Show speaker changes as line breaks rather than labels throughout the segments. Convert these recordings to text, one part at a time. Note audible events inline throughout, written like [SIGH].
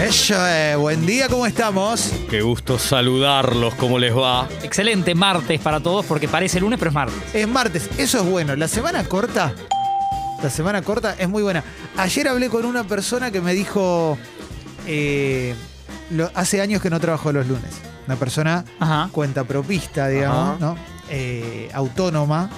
Eso es. Buen día, ¿cómo estamos?
Qué gusto saludarlos, ¿cómo les va?
Excelente martes para todos porque parece lunes, pero es martes.
Es martes, eso es bueno. La semana corta, la semana corta es muy buena. Ayer hablé con una persona que me dijo, eh, lo- hace años que no trabajo los lunes. Una persona
Ajá.
cuenta propista, digamos,
Ajá.
¿no? Eh, autónoma,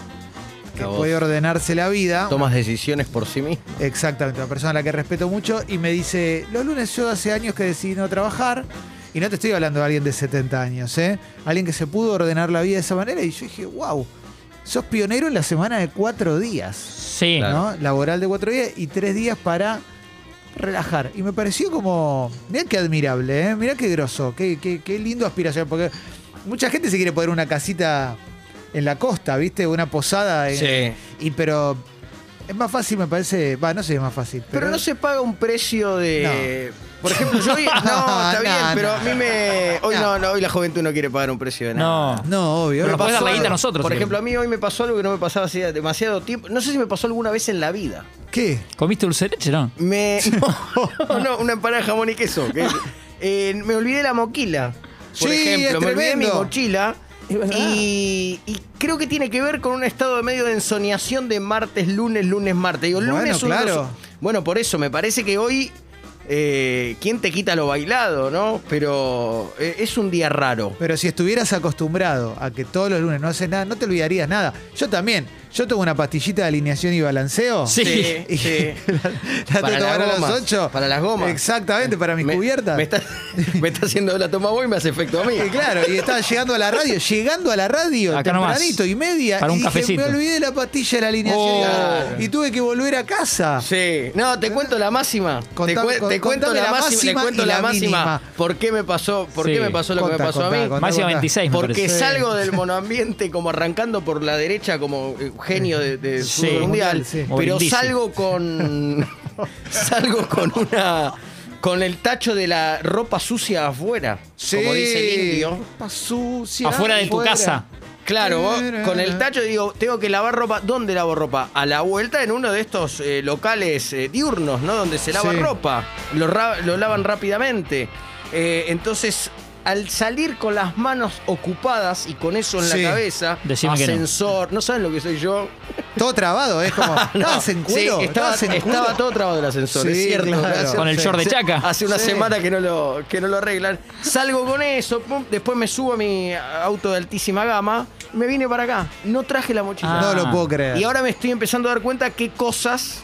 que
A vos.
puede ordenarse la vida.
Tomas decisiones por sí mismo.
Exactamente, una persona a la que respeto mucho y me dice, los lunes yo hace años que decidí no trabajar y no te estoy hablando de alguien de 70 años, ¿eh? Alguien que se pudo ordenar la vida de esa manera y yo dije, wow, sos pionero en la semana de cuatro días,
Sí.
Claro.
¿no? Laboral de cuatro días y tres días para relajar. Y me pareció como, mirá qué admirable, ¿eh? Mirá qué grosso, qué, qué, qué lindo aspiración, porque mucha gente se quiere poner una casita en la costa, ¿viste? Una posada en, y pero es más fácil, me parece. Va, no sé si es más fácil.
Pero no se paga un precio de. Por ejemplo, yo hoy. No,
No,
está bien,
no,
pero
no.
a mí me. Hoy
No.
no. no, hoy la juventud no quiere pagar un precio de nada.
No.
No, obvio.
Me
Pero
obvio.
nos podés dar
pasó
la guita
algo.
a nosotros,
Por
si
ejemplo, a mí hoy me pasó algo que no me pasaba hacía demasiado tiempo. No sé si me pasó alguna vez en la vida.
¿Qué?
¿Comiste dulce de leche, no?
[LAUGHS]
Me. No, no, una empanada de jamón y queso. que- eh, me olvidé la moquila. Por
Sí,
ejemplo,
es
me olvidé mi
tremendo.
mochila. Y, y creo que tiene que ver con un estado de medio de ensoñación de martes, lunes, lunes, martes. Digo,
Bueno,
lunes uno
claro.
so- Bueno, por eso me parece que hoy. eh, ¿Quién te quita lo bailado, no? Pero eh, es un día raro.
Pero si estuvieras acostumbrado a que todos los lunes no haces nada, no te olvidarías nada. Yo también. Yo tomo una pastillita de alineación y balanceo.
Sí.
Y
sí.
[LAUGHS] la, la
Para
tengo que tomar
las
a las
gomas,
8.
para las gomas.
Exactamente, para mis
Me-
cubiertas.
Me está, [LAUGHS] me está haciendo la toma vos y me hace efecto a mí.
Y [LAUGHS] claro, y estaba llegando a la radio, llegando a la radio,
Acá nomás.
tempranito y media,
Para
y
un
dije,
cafecito.
me olvidé la pastilla de la alineación y,
Oh.
y tuve que volver a casa.
Sí. No, te cuento la máxima.
Contá-
te, cuen-
con-
te cuento
contame
la
la
máxima.
máxima
Te cuento
y
la,
la
máxima.
mínima.
¿Por qué me pasó? ¿Por
Sí.
qué me pasó lo que
Contá,
me pasó a mí?
contá, contá.
Máxima 26, me
Porque
parece.
salgo del monoambiente como arrancando por la derecha como eh, genio de, de
Sí.
fútbol mundial,
Sí.
O
pero
Brindisi.
salgo
[LAUGHS]
con salgo con una con el tacho de la ropa sucia afuera, como dice el indio.
Ropa sucia.
Afuera de tu casa.
Claro, vos, con el tacho digo, tengo que lavar ropa. ¿Dónde lavo ropa? A la vuelta en uno de estos eh, locales eh, diurnos, ¿no? Donde se lava
Sí.
ropa. Lo, ra- lo lavan rápidamente. Eh, entonces, al salir con las manos ocupadas y con eso en
Sí.
la cabeza,
Decime que no.
ascensor, no. saben lo que soy yo.
Todo trabado, es
[LAUGHS]
como. Estabas en cuero.
Sí, estaba,
estabas en cuero.
estaba todo trabado el ascensor,
Sí,
es cierto.
claro.
Hace-
Con el short de chaca.
Hace una
Sí.
semana que no, lo, que no lo arreglan. Salgo con eso, pum, después me subo a mi auto de altísima gama, me vine para acá. No traje la mochila.
No
Ah.
lo puedo creer.
Y ahora me estoy empezando a dar cuenta qué cosas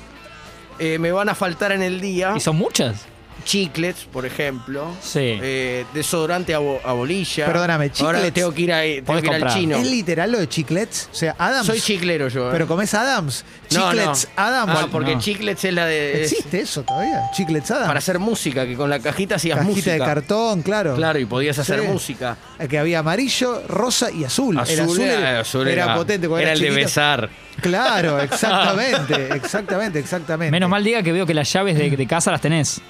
eh, me van a faltar en el día.
¿Y son muchas?
Chiclets, por ejemplo.
Sí.
Eh, desodorante a, bo- a bolilla.
Perdóname,
Ahora
chiclets.
tengo que ir, ahí, tengo
Podés
que ir al
comprar.
chino.
¿Es literal lo de chiclets? O sea, Adams.
Soy chiclero yo. eh.
Pero comés Adams.
No,
Chiclets
no.
Adams.
Ah, porque
No.
chiclets es la de. es-
¿Existe eso todavía? Chiclets Adams.
para hacer música, que con la cajita hacías
Cajita
música.
de cartón, claro.
Claro, y podías hacer
Sí.
música.
Que había amarillo, rosa y azul. el azul era,
azul
era potente. cuando
Era el de
chiquito.
besar.
Claro,
[LAUGHS]
exactamente, exactamente, exactamente.
Menos mal diga que veo que las llaves de, de casa las tenés.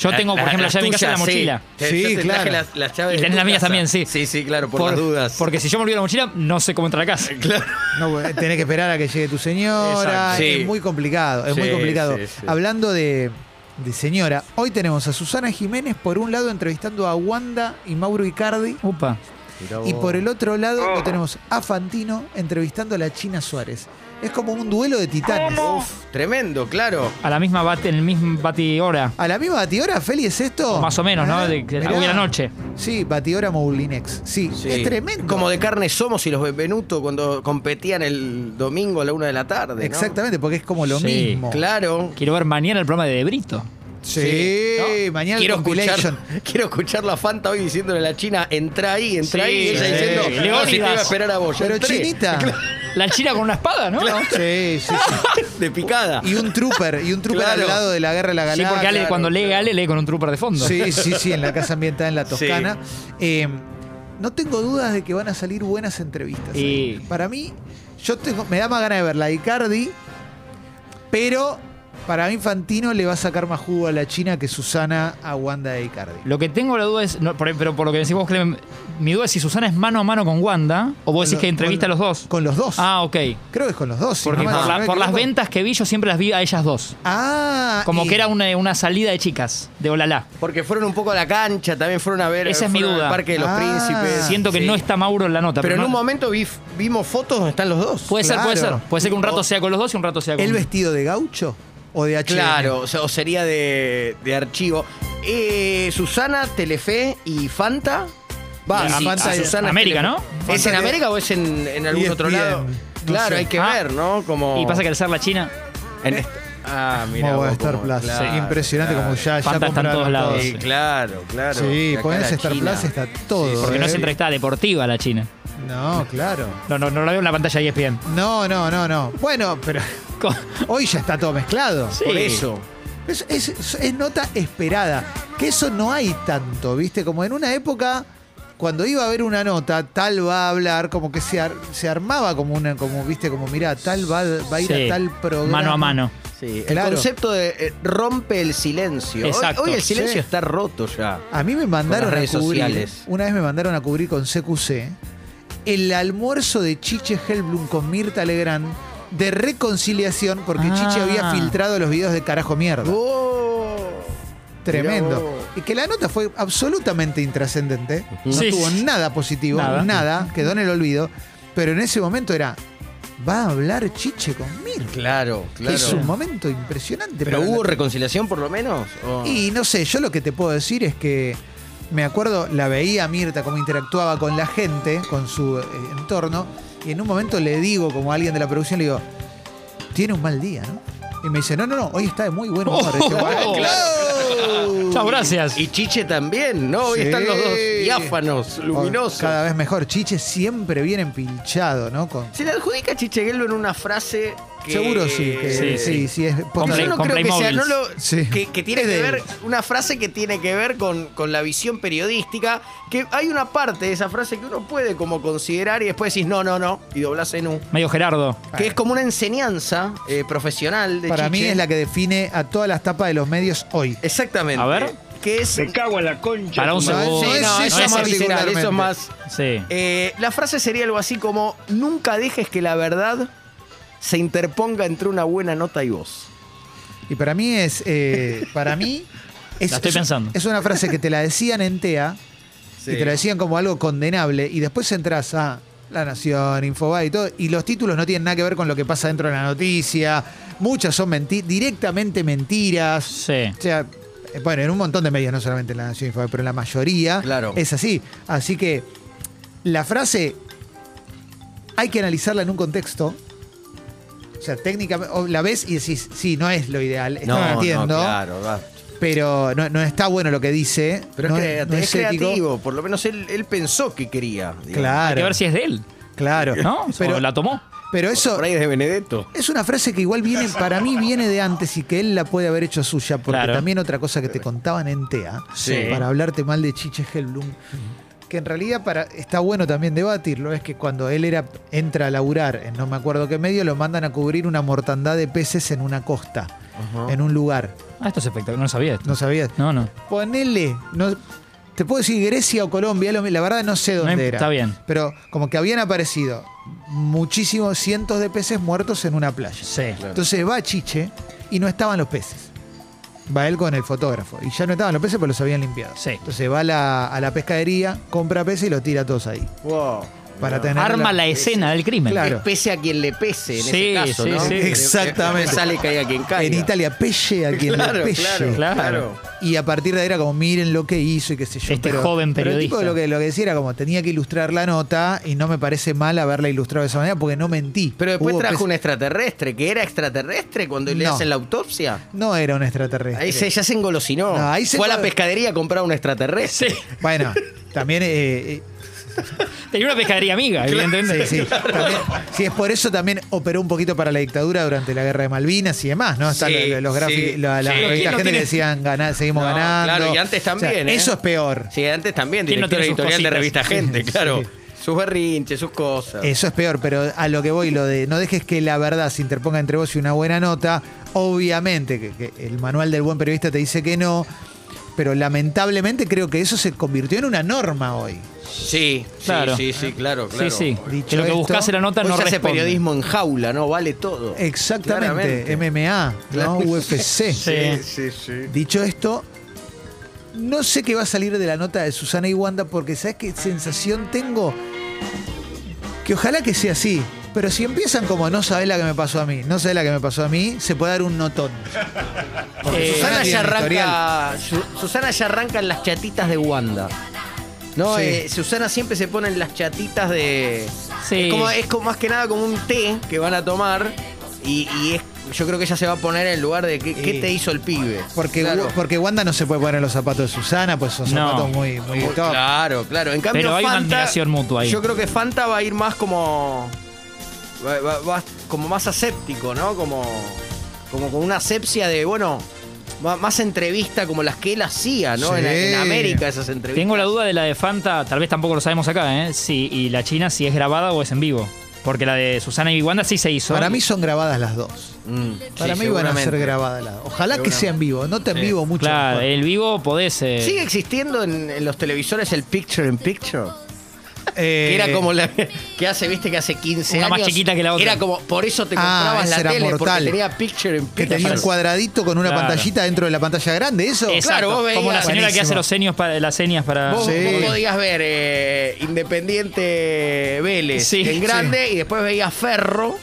Yo tengo, por
La-
ejemplo,
las
la llave de mi casa en la
tuyas,
mochila.
Te-
Sí,
yo te traje
claro.
las- las llaves
Y
de
tenés
tu
las mías
casa.
también, sí.
Sí, sí, claro, por, las dudas.
Porque si yo me olvido la mochila, no sé cómo entrar a casa.
[LAUGHS] Claro.
No, bueno, tenés que esperar a que llegue tu señora.
Exacto. Sí.
Es muy complicado, es
Sí,
muy complicado.
sí, sí.
Hablando de, de señora, hoy tenemos a Susana Jiménez por un lado entrevistando a Wanda y Mauro Icardi.
Upa.
Y por el otro lado lo tenemos a Fantino entrevistando a la China Suárez. Es como un duelo de titanes. Uf.
Tremendo, claro.
A la misma bate, en el mismo bati hora.
A la misma batidora, Feli, ¿es
Oh.
esto?
Más o menos, ¿no? De- de-
mirá.
hoy a la noche.
Sí, batidora Moulinex. Sí,
Sí.
es tremendo.
Como de carne somos y los Benvenuto cuando competían el domingo a la una de la tarde. ¿no?
Exactamente, porque es como lo
Sí,
mismo.
Claro.
Quiero ver mañana el programa de Debrito.
Sí,
Sí.
mañana
quiero
el compilation.
escuchar, [LAUGHS] quiero escuchar la Fanta hoy diciéndole a la China, entra ahí, entra
Sí,
ahí. Y ella
sí.
diciendo, no,
Leónidas.
si te iba a esperar a vos. ya
Pero
entré. [LAUGHS]
chinita.
La china con una espada, ¿no?
Sí, sí, sí.
De picada.
Y un trooper, y un trooper
Claro.
al lado de la guerra de la
Sí,
galaxia.
porque Ale,
claro,
cuando lee
claro.
Ale, lee con un trooper de fondo.
Sí, sí, sí, en la casa ambientada en la Toscana. Eh, no tengo dudas de que van a salir buenas entrevistas.
Y-
Para mí, yo tengo, me da más ganas de ver la de Icardi, pero Para mí, Fantino le va a sacar más jugo a la China que Susana a Wanda e Icardi.
Lo que tengo la duda es, no, por- pero por lo que decís vos, Clemen, mi duda es si Susana es mano a mano con Wanda o vos decís
Con lo-
que entrevista a los dos.
Con los dos.
Ah, ok.
Creo que es con los dos. si
Porque
no me-
por,
si
la-
no me
por las
equivoco.
ventas que vi, yo siempre las vi a ellas dos.
Ah.
Como
y-
que era una, una salida de chicas, de Olalá.
Porque fueron un poco a la cancha, también fueron a ver.
Esa es mi
fueron al
duda.
Parque de los
Ah.
Príncipes.
Siento que
Sí.
no está Mauro en la nota.
Pero en
no-
un momento vi- vimos fotos donde están los dos.
Puede ser, puede ser.
Claro.
Puede ser que un rato sea con los dos y un rato sea con
¿El vestido de gaucho o de H?
Claro, o, sea, o sería de, de archivo. Eh, Susana, Telefe y Fanta. Va,
Y
si-
Fanta
si
es
América,
Telefe.
¿no?
¿Es
Fanta
en
de-
América o es en, en algún otro
ESPN,
lado?
no
Claro,
sé.
hay que
Ah.
ver, ¿no? Como...
Y pasa que al ser la China,
En este- Ah, mira.
Como va a estar Plus. Impresionante como ya, ya
Fanta está en
compraron
todos lados.
todos.
Sí, claro, claro.
Sí,
Acá
ponés
la
Star
China.
Plus, está todo.
porque no
¿eh?
es entrevista deportiva la China.
No, claro.
No, no, no la veo en la pantalla de ESPN.
No, no, no, no. Bueno, pero [LAUGHS]
Co-
hoy ya está todo mezclado.
Sí.
Por eso.
Es, es- es nota esperada. Que eso no hay tanto, ¿viste? Como en una época, cuando iba a haber una nota, tal va a hablar, como que se, ar- se armaba como una, como, ¿viste? Como, mirá, tal va, va a ir
Sí.
a tal programa.
Mano a mano.
Sí,
Claro.
El concepto de eh, rompe el silencio. Hoy-
Exacto.
Hoy, el silencio
Sí.
está roto ya.
A mí me mandaron
Con las
a
redes
cubrir.
sociales.
Una vez me mandaron a cubrir con CQC el almuerzo de Chiche Helblum con Mirta Legrand de reconciliación porque
Ah.
Chiche había filtrado los videos de carajo mierda.
Oh, mirá
Tremendo.
vos.
Y que la nota fue absolutamente intrascendente. No
Sí,
tuvo
sí.
nada positivo, nada.
Nada.
quedó en el olvido. Pero en ese momento era, va a hablar Chiche con Mirta.
Claro,
Que
claro.
Es un momento impresionante.
¿Pero
para
hubo
la-
reconciliación por lo menos? ¿O?
Y no sé, yo lo que te puedo decir es que me acuerdo, la veía a Mirta cómo interactuaba con la gente, con su eh, entorno, y en un momento le digo, como a alguien de la producción, le digo, tiene un mal día, ¿no? Y me dice, no, no, no, hoy está de muy buen humor. Y "Ah, yo,
Oh,
"Bueno,
claro.
Chao, gracias.
Y Chiche también, ¿no? Hoy
Sí. Oh,
están los dos diáfanos, luminosos.
Cada vez mejor. Chiche siempre viene empilchado, ¿no? Con-
¿Se le adjudica a Chicheguelo en una frase que...
Seguro sí, que- sí,
Sí,
sí,
sí.
es
Porque
porque-
yo no
Con
creo que sea...
Playmobil.
no lo-
Sí.
que, que tiene
Es
que
de
ver...
él.
Una frase que tiene que ver con, con la visión periodística, que hay una parte de esa frase que uno puede como considerar y después decís no, no, no, y doblás en un...
Medio Gerardo.
Que es como una enseñanza eh, profesional de
Para mí
Chiche.
es la que define a todas las tapas de los medios hoy.
Exactamente.
A ver.
Que es...
Para un
No, no,
segundo.
Sí,
no,
no,
esa
eso es más
particularmente.
visceral, eso es más...
Sí.
Eh, la frase sería algo así como, nunca dejes que la verdad se interponga entre una buena nota y vos.
Y para mí es. eh, para mí. Es,
La estoy
es-
pensando.
Es una frase que te la decían en TEA y te la decían como algo condenable y después entras a La Nación, Infobae y todo y los títulos no tienen nada que ver con lo que pasa dentro de la noticia. Muchas son menti- directamente mentiras.
Sí.
O sea, eh, bueno, en un montón de medios, no solamente en La Nación, Infobae, pero en la mayoría
Claro.
es así. Así que la frase hay que analizarla en un contexto. O sea, técnicamente, o la ves y decís, sí, no es lo ideal, esto no, lo entiendo.
claro, va.
Pero no, no está bueno lo que dice.
Pero
no
es, crea-
no
es
ético.
creativo, por lo menos él, él pensó que quería. digamos.
Claro.
Hay que ver si es de él,
Claro. [LAUGHS]
¿no?
Pero,
o la tomó.
pero eso
Por ahí es de Benedetto.
es una frase que igual viene, para mí viene de antes y que él la puede haber hecho suya. Porque
Claro.
también otra cosa que te contaban en TEA,
Sí.
para hablarte mal de Chiche Helblum, que en realidad para, está bueno también debatirlo, es que cuando él era, entra a laburar en no me acuerdo qué medio, lo mandan a cubrir una mortandad de peces en una costa, en un lugar.
Ah, esto es espectacular. No lo sabía esto.
¿No sabías?
No, no.
Ponele. No, te puedo decir Grecia o Colombia, lo- la verdad no sé
No
dónde
imp-
era.
está bien.
Pero como que habían aparecido muchísimos cientos de peces muertos en una playa.
Sí.
Entonces va Chiche y no estaban los peces. Va él con el fotógrafo. Y ya no estaban los peces, pero los habían limpiado.
Sí.
Entonces va a la, a la pescadería, compra peces y los tira todos ahí.
Wow.
Para tener.
Arma la escena del crimen.
Claro.
Es Pese a quien le pese en
Sí,
ese caso,
sí,
¿no?
sí.
Exactamente.
Sale cae a quien cae.
En
[LAUGHS]
Italia, pelle a quien le
Claro,
pelle.
claro,
Claro.
claro.
Y a partir de ahí era como, miren lo que hizo y qué sé yo.
Este joven
Pero el tipo
periodista.
lo que, lo que decía era como, tenía que ilustrar la nota y no me parece mal haberla ilustrado de esa manera porque no mentí.
Pero después
Hubo
trajo
pes-
un extraterrestre, que era extraterrestre cuando le
No.
hacen la autopsia.
No era un extraterrestre.
Ahí se, ya se engolosinó.
No, ahí se
Fue a
engol-
la pescadería a comprar un extraterrestre.
Bueno, también... eh, eh,
[LAUGHS] Tenía una pescadería amiga, evidentemente.
sí, también- sí, es por eso también operó un poquito para la dictadura durante la guerra de Malvinas y demás, ¿no? Están
Sí,
los, los gráficos,
sí,
la, la
sí.
revista
¿Quién no
gente que
tiene-
decían ganar, seguimos
No,
ganando.
claro, y antes
O sea,
también, ¿eh?
Eso es peor.
Sí, antes también,
¿Quién no
director
tiene sus
editorial de
cositas?
revista Gente, claro.
[LAUGHS] Sí.
Sus berrinches, sus cosas.
Eso es peor, pero a lo que voy, lo de no dejes que la verdad se interponga entre vos y una buena nota. Obviamente que, que el manual del buen periodista te dice que no, pero lamentablemente creo que eso se convirtió en una norma hoy.
Sí, sí,
Claro.
sí, sí, claro, claro.
Sí, sí.
Dicho
Que lo que
esto, pues
buscas en la nota
Hoy
no
se hace
responde.
periodismo en jaula, ¿no? Vale todo.
Exactamente,
Claramente.
MMA, ¿no?
Claramente.
UFC.
Sí.
Sí, sí.
Dicho esto, no sé qué va a salir de la nota de Susana y Wanda porque ¿sabes qué sensación tengo? Que ojalá que sea así. Pero si empiezan como no sabés la que me pasó a mí, no sabés la que me pasó a mí, se puede dar un notón.
Eh,
Susana,
tiene
ya
editorial.
arranca, Su- Susana ya arranca en las chatitas de Wanda. No,
Sí.
Eh, Susana siempre se pone en las chatitas de.
Sí.
Es, como, es como- más que nada como un té que van a tomar. Y, y es- yo creo que ella se va a poner en el lugar de qué, qué
Sí.
te hizo el pibe.
Porque,
claro,
porque Wanda no se puede poner en los zapatos de Susana, pues son
No.
zapatos muy, muy
Muy-
top.
claro, claro. En cambio,
Pero hay una
Fanta,
admiración mutua ahí.
Yo creo que Fanta va a ir más como. Va, va- va- como más aséptico, ¿no? Como. Como con una asepsia de, bueno. ma- Más entrevista como las que él hacía, ¿no?
Sí.
En, en América esas entrevistas.
Tengo la duda de la de Fanta, tal vez tampoco lo sabemos acá, ¿eh? Sí, y la China si es grabada o es en vivo. Porque la de Susana y Wanda sí se hizo.
Para mí son grabadas las dos.
Mm,
Para
sí,
mí van a ser
seguramente.
grabadas las dos. Ojalá que sea en vivo, no en vivo mucho.
Claro,
mejor.
el vivo podés. eh,
¿Sigue existiendo en, en los televisores el Picture in Picture?
Eh,
Que era como la que hace, viste, que hace 15
Una
años.
más chiquita que la otra.
Era como, por eso te
Ah,
comprabas
ese
la
era
tele,
mortal.
porque tenía Picture in
que
Picture.
tenía un cuadradito con una
Claro.
pantallita dentro de la pantalla grande, eso.
exacto,
claro, vos
como la
veías-
señora que hace
Buenísimo.
los seños para, las señas para.
Vos,
Sí.
vos podías ver eh, Independiente Vélez
Sí,
en grande y después veías Ferro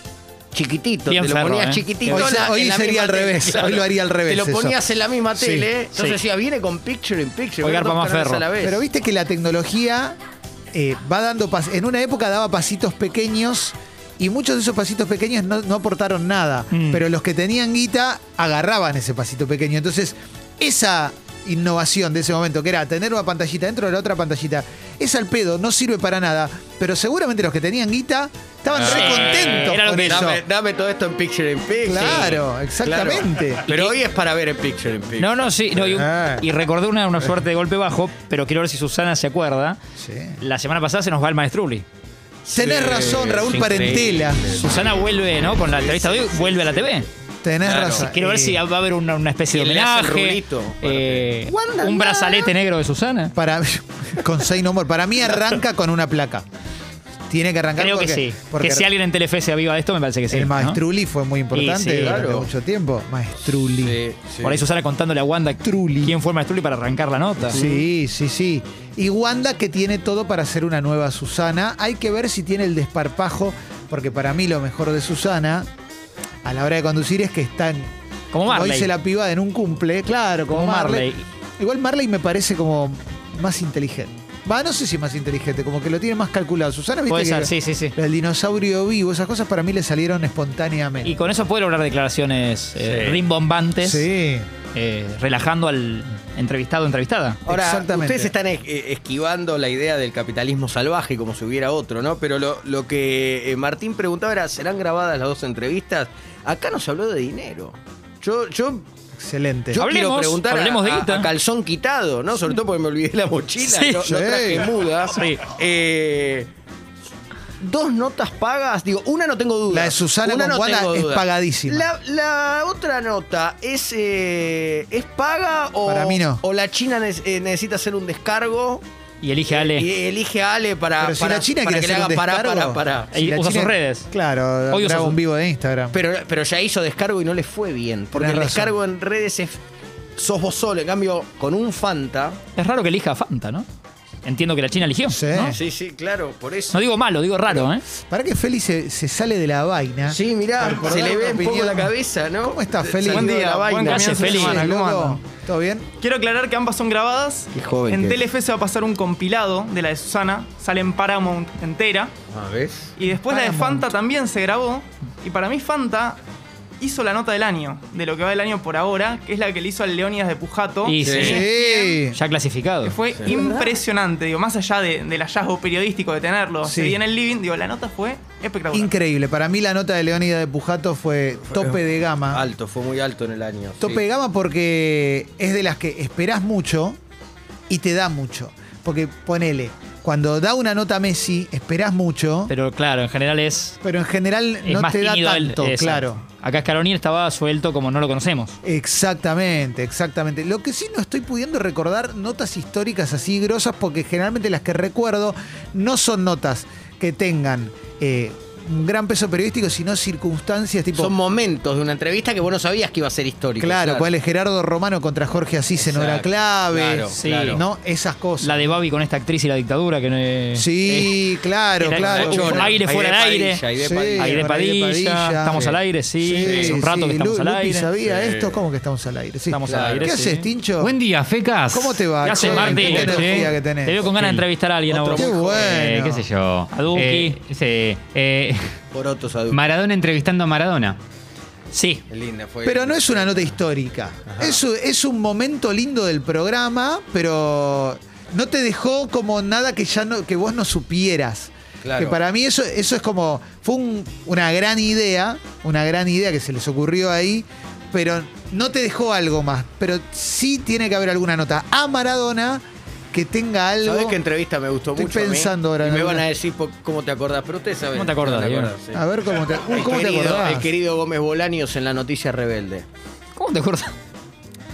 chiquitito.
Bien
te lo
Ferro,
ponías
eh.
chiquitito.
Hoy
en
se-
la-
hoy
en la
sería
misma
al
tele,
revés, hoy lo haría al revés
Te lo
eso.
ponías en la misma
Sí,
tele. ¿eh? Entonces
sí.
decía, viene con Picture in Picture.
Hoy
ver
garpa
dos
más
canales
Ferro.
a la vez.
Pero viste que la tecnología eh, va dando pas En una época daba pasitos pequeños y muchos de esos pasitos pequeños no, no aportaron nada.
Mm.
Pero los que tenían guita agarraban ese pasito pequeño. Entonces, esa innovación de ese momento, que era tener una pantallita dentro de la otra pantallita, es al pedo, no sirve para nada. Pero seguramente los que tenían guita estaban
Sí,
re contentos
Ah, era lo
con
que-
eso.
Dame, dame todo esto en Picture in Picture.
Claro,
Sí.
exactamente.
Claro. Pero hoy es para ver en Picture in Picture.
No, no, sí. no, y, un-
Ah.
y recordé una, una suerte de golpe bajo, pero quiero ver si Susana se acuerda.
Sí.
La semana pasada se nos va el maestruli.
Tenés
Sí,
razón, Raúl
es
Parentela.
Susana vuelve, ¿no? Con la entrevista de hoy, vuelve a la TV.
Tenés
Claro.
razón.
Quiero ver
Eh,
si va a haber una, una especie de
Y le hace el
homenaje.
rulito, aparte.
eh, un brazalete negro de Susana.
Para con Say No More. Para mí arranca con una placa. Tiene que arrancar
Creo que
porque,
sí.
porque
que si alguien en Telefe se aviva de esto, me parece que sí.
el
¿no?
Maestruli fue muy importante
Y sí,
durante
claro.
mucho tiempo. Maestruli. Sí.
Sí, sí.
Por ahí Susana contándole a Wanda
Trulli.
quién fue el Maestruli para arrancar la nota.
sí, sí, Y Wanda que tiene todo para hacer una nueva Susana. Hay que ver si tiene el desparpajo, porque para mí lo mejor de Susana a la hora de conducir es que están, como
Como Marley.
dice la piba, en un cumple. Claro, como,
Como
Marley.
Marley.
Igual Marley me parece como más inteligente. Va, no sé si más inteligente, como que lo tiene más calculado. Susana, viste
Puede
que
ser, sí, sí, sí.
El dinosaurio vivo, esas cosas para mí le salieron espontáneamente.
Y con eso puede lograr declaraciones eh,
Sí.
rimbombantes,
sí.
eh, relajando al entrevistado o entrevistada.
Ahora,
Exactamente.
ustedes están es- eh, esquivando la idea del capitalismo salvaje como si hubiera otro, ¿no? Pero lo, lo que eh, Martín preguntaba era, ¿serán grabadas las dos entrevistas? Acá nos habló de dinero. Yo, yo,
Excelente.
yo quiero
Hablemos,
preguntar a-
hablemos de
a,
guita.
a calzón quitado, ¿no? Sobre todo porque me olvidé la mochila,
Sí.
no, no
Sí.
traje muda.
Sí.
Eh, dos notas pagas, digo, una no tengo duda.
La de Susana
Una
con Juana
tengo
es
duda.
pagadísima.
La, la otra nota es eh, es paga o
Para mí no.
o la China ne- eh, necesita hacer un descargo
Y elige a Ale.
y elige a Ale para
Pero si
Ah, para-
la China
para
quiere
que le
hacer
haga
un
pará,
descargo,
pará, pará.
Eh,
si la
usa
China-
sus redes.
Claro,
Hoy usa
graba
sus-
un vivo de Instagram.
Pero pero ya hizo descargo y no le fue bien, porque
Tenés
el
razón.
descargo en redes es sos vos solo, en cambio con un Fanta.
Es raro que elija a Fanta, ¿no? Entiendo que la China eligió.
Sí.
¿no?
Sí, sí, claro, por eso.
No digo malo, digo raro, ¿eh?
para que Félix se, se sale de la vaina.
Sí, mirá,
Recordar
se le
una
ve un poco
opinión.
la cabeza, ¿no?
¿Cómo está, Feli?
Salió
Buen
de
día,
la
buen
vaina.
Gracias,
comienzo de
Feli.
semana, ¿cómo
loco.
andan?
¿Todo bien?
Quiero aclarar que ambas son grabadas.
Qué joven
en
que es.
Telefe se va a pasar un compilado de la de Susana, sale en Paramount entera.
Ah, ¿ves?
Y después la de
Paramount.
Fanta también se grabó. Y para mí Fanta hizo la nota del año, de lo que va del año por ahora, que es la que le hizo al Leónidas de Pujato.
Y sí.
Sí.
Ya clasificado.
Que fue impresionante, digo, más allá de- del hallazgo periodístico de tenerlo
Sí.
ese día en el living, digo, la nota fue espectacular.
Increíble. Para mí la nota de Leónida de Pujato fue tope de gama.
Alto, fue muy alto en el año. sí.
Tope de gama porque es de las que esperás mucho y te da mucho. Porque ponele, cuando da una nota Messi, esperás mucho, pero,
Pero claro, en general es,
en general
es
no
más
te da
tímido él,
tanto,
exacto.
claro.
Acá Scaloni estaba suelto como no lo conocemos.
Exactamente, exactamente. Lo que sí no estoy pudiendo recordar notas históricas así grosas, porque generalmente las que recuerdo no son notas que tengan eh, un gran peso periodístico, sino circunstancias tipo.
Son momentos de una entrevista que vos no sabías que iba a ser histórico.
claro, cuál es Gerardo Romano contra Jorge Asís en hora
Exacto,
clave.
claro,
Sí.
claro.
¿No? Esas cosas.
La de Babi con esta actriz y la dictadura que no es-
sí, claro,
Era-
claro.
Era-
Chona,
Aire fuera de
Padilla,
aire.
aire
Sí,
Padilla.
Aire
Aire
Padilla,
Padilla.
estamos
Sí.
al aire, sí. Hace un rato que estamos
Lu-
al
Lupi
aire.
sabía
Sí.
esto? ¿Cómo que estamos al aire? Sí.
Estamos
al
¿Qué
aire,
haces,
sí.
Tincho?
Buen día, fecas.
¿Cómo te va?
¿Qué haces,
Che,
Martín?
¿Qué
Che,
energía que tenés?
Te veo con ganas de
Sí.
entrevistar a alguien a
Otro
vos.
Qué
muy
bueno.
Eh, ¿Qué sé yo?
A Duki.
Eh, sí, eh,
Porotos adultos.
Maradona entrevistando a Maradona.
Sí.
Qué linda fue.
Pero no es una nota histórica. Es, u- es un momento lindo del programa, pero no te dejó como nada que ya no, que vos no supieras.
Claro.
Que para mí eso, eso es como. Fue un- una gran idea, una gran idea que se les ocurrió ahí, pero no te dejó algo más. Pero sí tiene que haber alguna nota a Maradona que tenga algo.
¿Sabés qué entrevista me gustó
Estoy
mucho? a mí?
pensando ahora
Y
en
me
alguna.
van a decir po- cómo te acordás, pero ustedes saben.
¿Cómo te acordás,
¿Cómo
Diego?
sí.
A ver
[LAUGHS]
cómo te, uh,
El
¿cómo te
querido-
acordás.
El querido Gómez Bolaños en la noticia rebelde.
¿Cómo te acuerdas?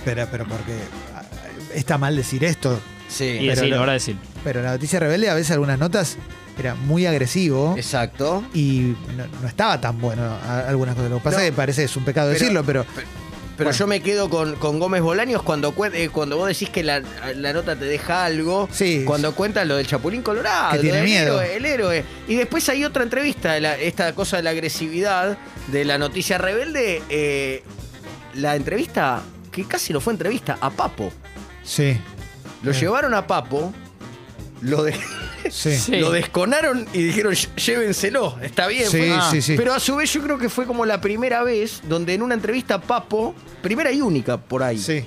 Pero, pero porque ah, está mal decir esto.
Y
Sí.
Pero
decir,
no.
la verdad decir.
Pero la noticia rebelde, a veces algunas notas, era muy agresivo.
Exacto.
Y no, no estaba tan bueno a- algunas cosas. Lo que pasa
No.
es que parece es un pecado
Pero-
decirlo, pero
Pero
Bueno.
yo me quedo con, con Gómez Bolaños cuando, cuen- eh, cuando vos decís que la, la nota te deja algo.
Sí.
Cuando cuentas lo del Chapulín Colorado.
Que
lo
tiene
del
miedo.
héroe, el héroe. Y después hay otra entrevista, de la- esta cosa de la agresividad, de la noticia rebelde. eh, la entrevista, que casi no fue entrevista, a Papo.
sí,
Lo
Sí.
llevaron a Papo, lo, de-
sí. Sí,
[LAUGHS] Sí.
lo desconaron y dijeron, "Lle- llévenselo, está bien.
sí,
fue-
sí, sí.
Pero a su vez yo creo que fue como la primera vez donde en una entrevista Papo, primera y única por ahí,
Sí.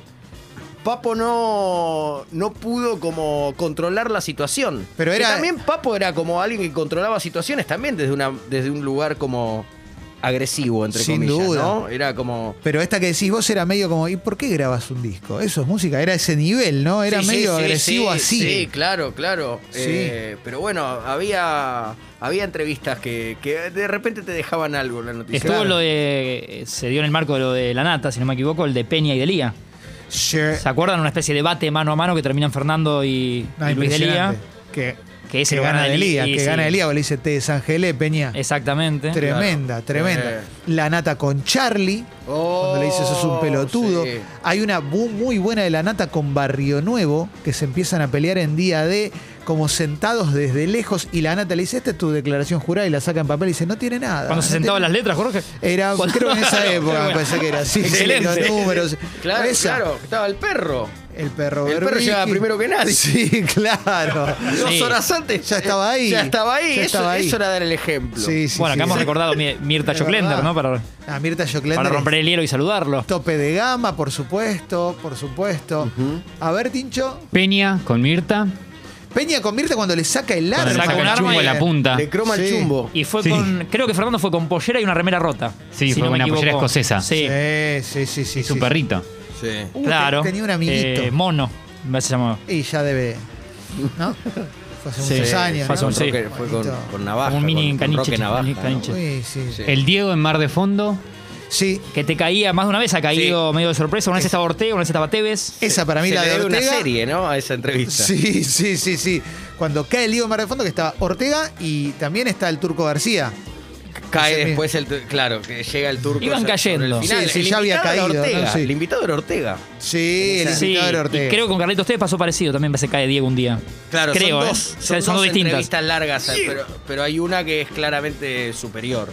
Papo no, no pudo como controlar la situación.
Pero
Que
era-
también Papo era como alguien que controlaba situaciones también desde, una, desde un lugar como agresivo, entre
Sin
comillas,
duda.
¿no? Era como...
Pero esta que decís vos era medio como, ¿y por qué grabas un disco? Eso es música, era ese nivel, ¿no? Era
Sí, sí,
medio
sí,
agresivo
sí,
así.
Sí, claro, claro.
Sí.
Eh, pero bueno, había, había entrevistas que, que de repente te dejaban algo en la noticia.
Estuvo
Claro.
lo de. Se dio en el marco de lo de la nata, si no me equivoco, el de Peña y de Lía.
Sí.
¿Se acuerdan? Una especie de debate mano a mano que terminan Fernando y,
No,
y Luis de Lía.
Ah, impresionante. Que,
Que ese
que
lo
gana de Lía,
y
que
sí.
gana de Lía, vos le dice, te desangelé, Peña.
Exactamente.
Tremenda,
Claro.
tremenda.
Sí.
La nata con Charlie.
Oh,
Cuando le dices sos un pelotudo.
sí.
Hay una bu- muy buena de la nata con Barrio Nuevo, que se empiezan a pelear en día D, como sentados desde lejos, y la nata le dice, esta es tu declaración jurada, y la saca en papel y dice, no tiene nada.
Cuando se
no
sentaban
tiene-
las letras, Jorge.
Era,
Cuando-
creo que
[LAUGHS]
en esa época
Bueno.
pensé que era así.
Excelente.
Los números.
Claro,
Esa,
claro. Estaba el perro.
El perro
El perro
Berbisky.
llegaba primero que nadie.
Sí,
[LAUGHS]
claro.
Dos
Sí.
horas antes. eh,
Ya estaba ahí.
Ya estaba ahí.
Ya
eso,
estaba ahí.
eso era dar el ejemplo.
Sí, sí,
bueno,
sí,
acá hemos
sí.
recordado a Mi- Mirta
Es
Joclender,
verdad.
¿no? Para,
A Mirta Joclender.
para romper el hielo y saludarlo.
Tope de gama, por supuesto, por supuesto. A ver, Tincho.
Peña con Mirta.
Peña convierte cuando le saca el arma.
Cuando
saca
un
el
arma
chumbo
y-
a la punta.
Le croma el
Sí.
chumbo.
Y fue
Sí.
con. Creo que Fernando fue con pollera y una remera rota.
Sí,
si
fue
no me
una pollera
equivoco.
escocesa.
Sí,
Sí, sí, sí, sí.
Y su
sí.
perrito.
Sí.
Uh, te-
claro.
Tenía un amiguito.
Eh, mono, se llamaba.
y ya debe. ¿No? Fue hace
Sí,
muchos años.
fue hace
¿no?
un-
Con
sí.
Roque- eh, fue con,
Bonito.
con navaja.
Como un mini
con- con Roque
caniche,
navaja,
mini
¿no?
caniche.
Uy, sí. Sí.
Sí.
El Diego en mar de fondo.
Que te caía más de una vez, ha caído medio de sorpresa. Una vez estaba Ortega, una vez estaba Tevez.
Esa para mí
Se
la
le
de
debe
Ortega.
una serie, ¿no? A esa entrevista.
Sí, sí, sí, sí. Cuando cae el lío en Mar del Fondo, que estaba Ortega y también está el Turco García.
Cae
Ese
después el. tu- Claro, que llega el turco.
Iban
o sea,
cayendo.
sobre el final.
Sí, sí,
El
ya había
invitado era
caído,
Ortega.
¿no? Sí.
El invitado era Ortega.
Sí, el
Sí,
invitado era
y
Ortega.
creo que con Carlitos ustedes pasó parecido también, se cae Diego un día.
Claro,
creo,
son
¿eh?
dos,
O sea,
son
son
dos
dos distintas.
entrevistas largas, pero, pero hay una que es claramente superior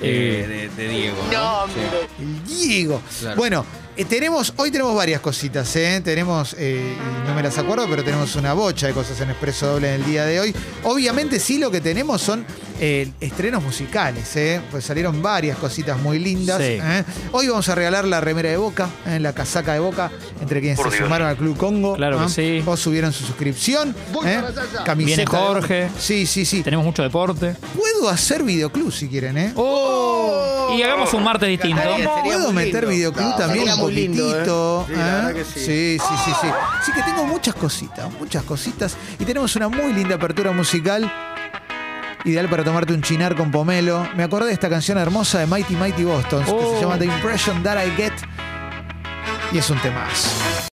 eh, de, de Diego. No, Sí.
El Diego.
Claro.
Bueno, eh, tenemos, hoy tenemos varias cositas, ¿eh? Tenemos, eh, y no me las acuerdo, pero tenemos una bocha de cosas en Expreso Doble en el día de hoy. Obviamente sí lo que tenemos son eh, estrenos musicales, ¿eh? Pues salieron varias cositas muy lindas.
Sí.
¿eh? Hoy vamos a regalar la remera de Boca, ¿eh? la casaca de Boca, entre quienes se sumaron al Club Congo.
Claro que
¿ah?
sí.
O subieron su suscripción. ¿eh? Camiseta
Viene
de-
Jorge.
Sí, sí, sí.
Tenemos mucho deporte.
Puedo hacer videoclub si quieren, ¿eh?
¡Oh! Y hagamos un martes distinto.
Encantaría. Sería
¿Puedo
muy
meter
lindo.
videoclub
No,
también
sería
un
muy lindo,
poquitito?
¿eh? Sí, la
¿eh?
verdad que sí.
sí, sí, sí, sí. Así que tengo muchas cositas, muchas cositas. Y tenemos una muy linda apertura musical. Ideal para tomarte un chinar con pomelo. Me acordé de esta canción
Oh.
hermosa de Mighty Mighty Boston que se llama The Impression That I Get. Y es un tema.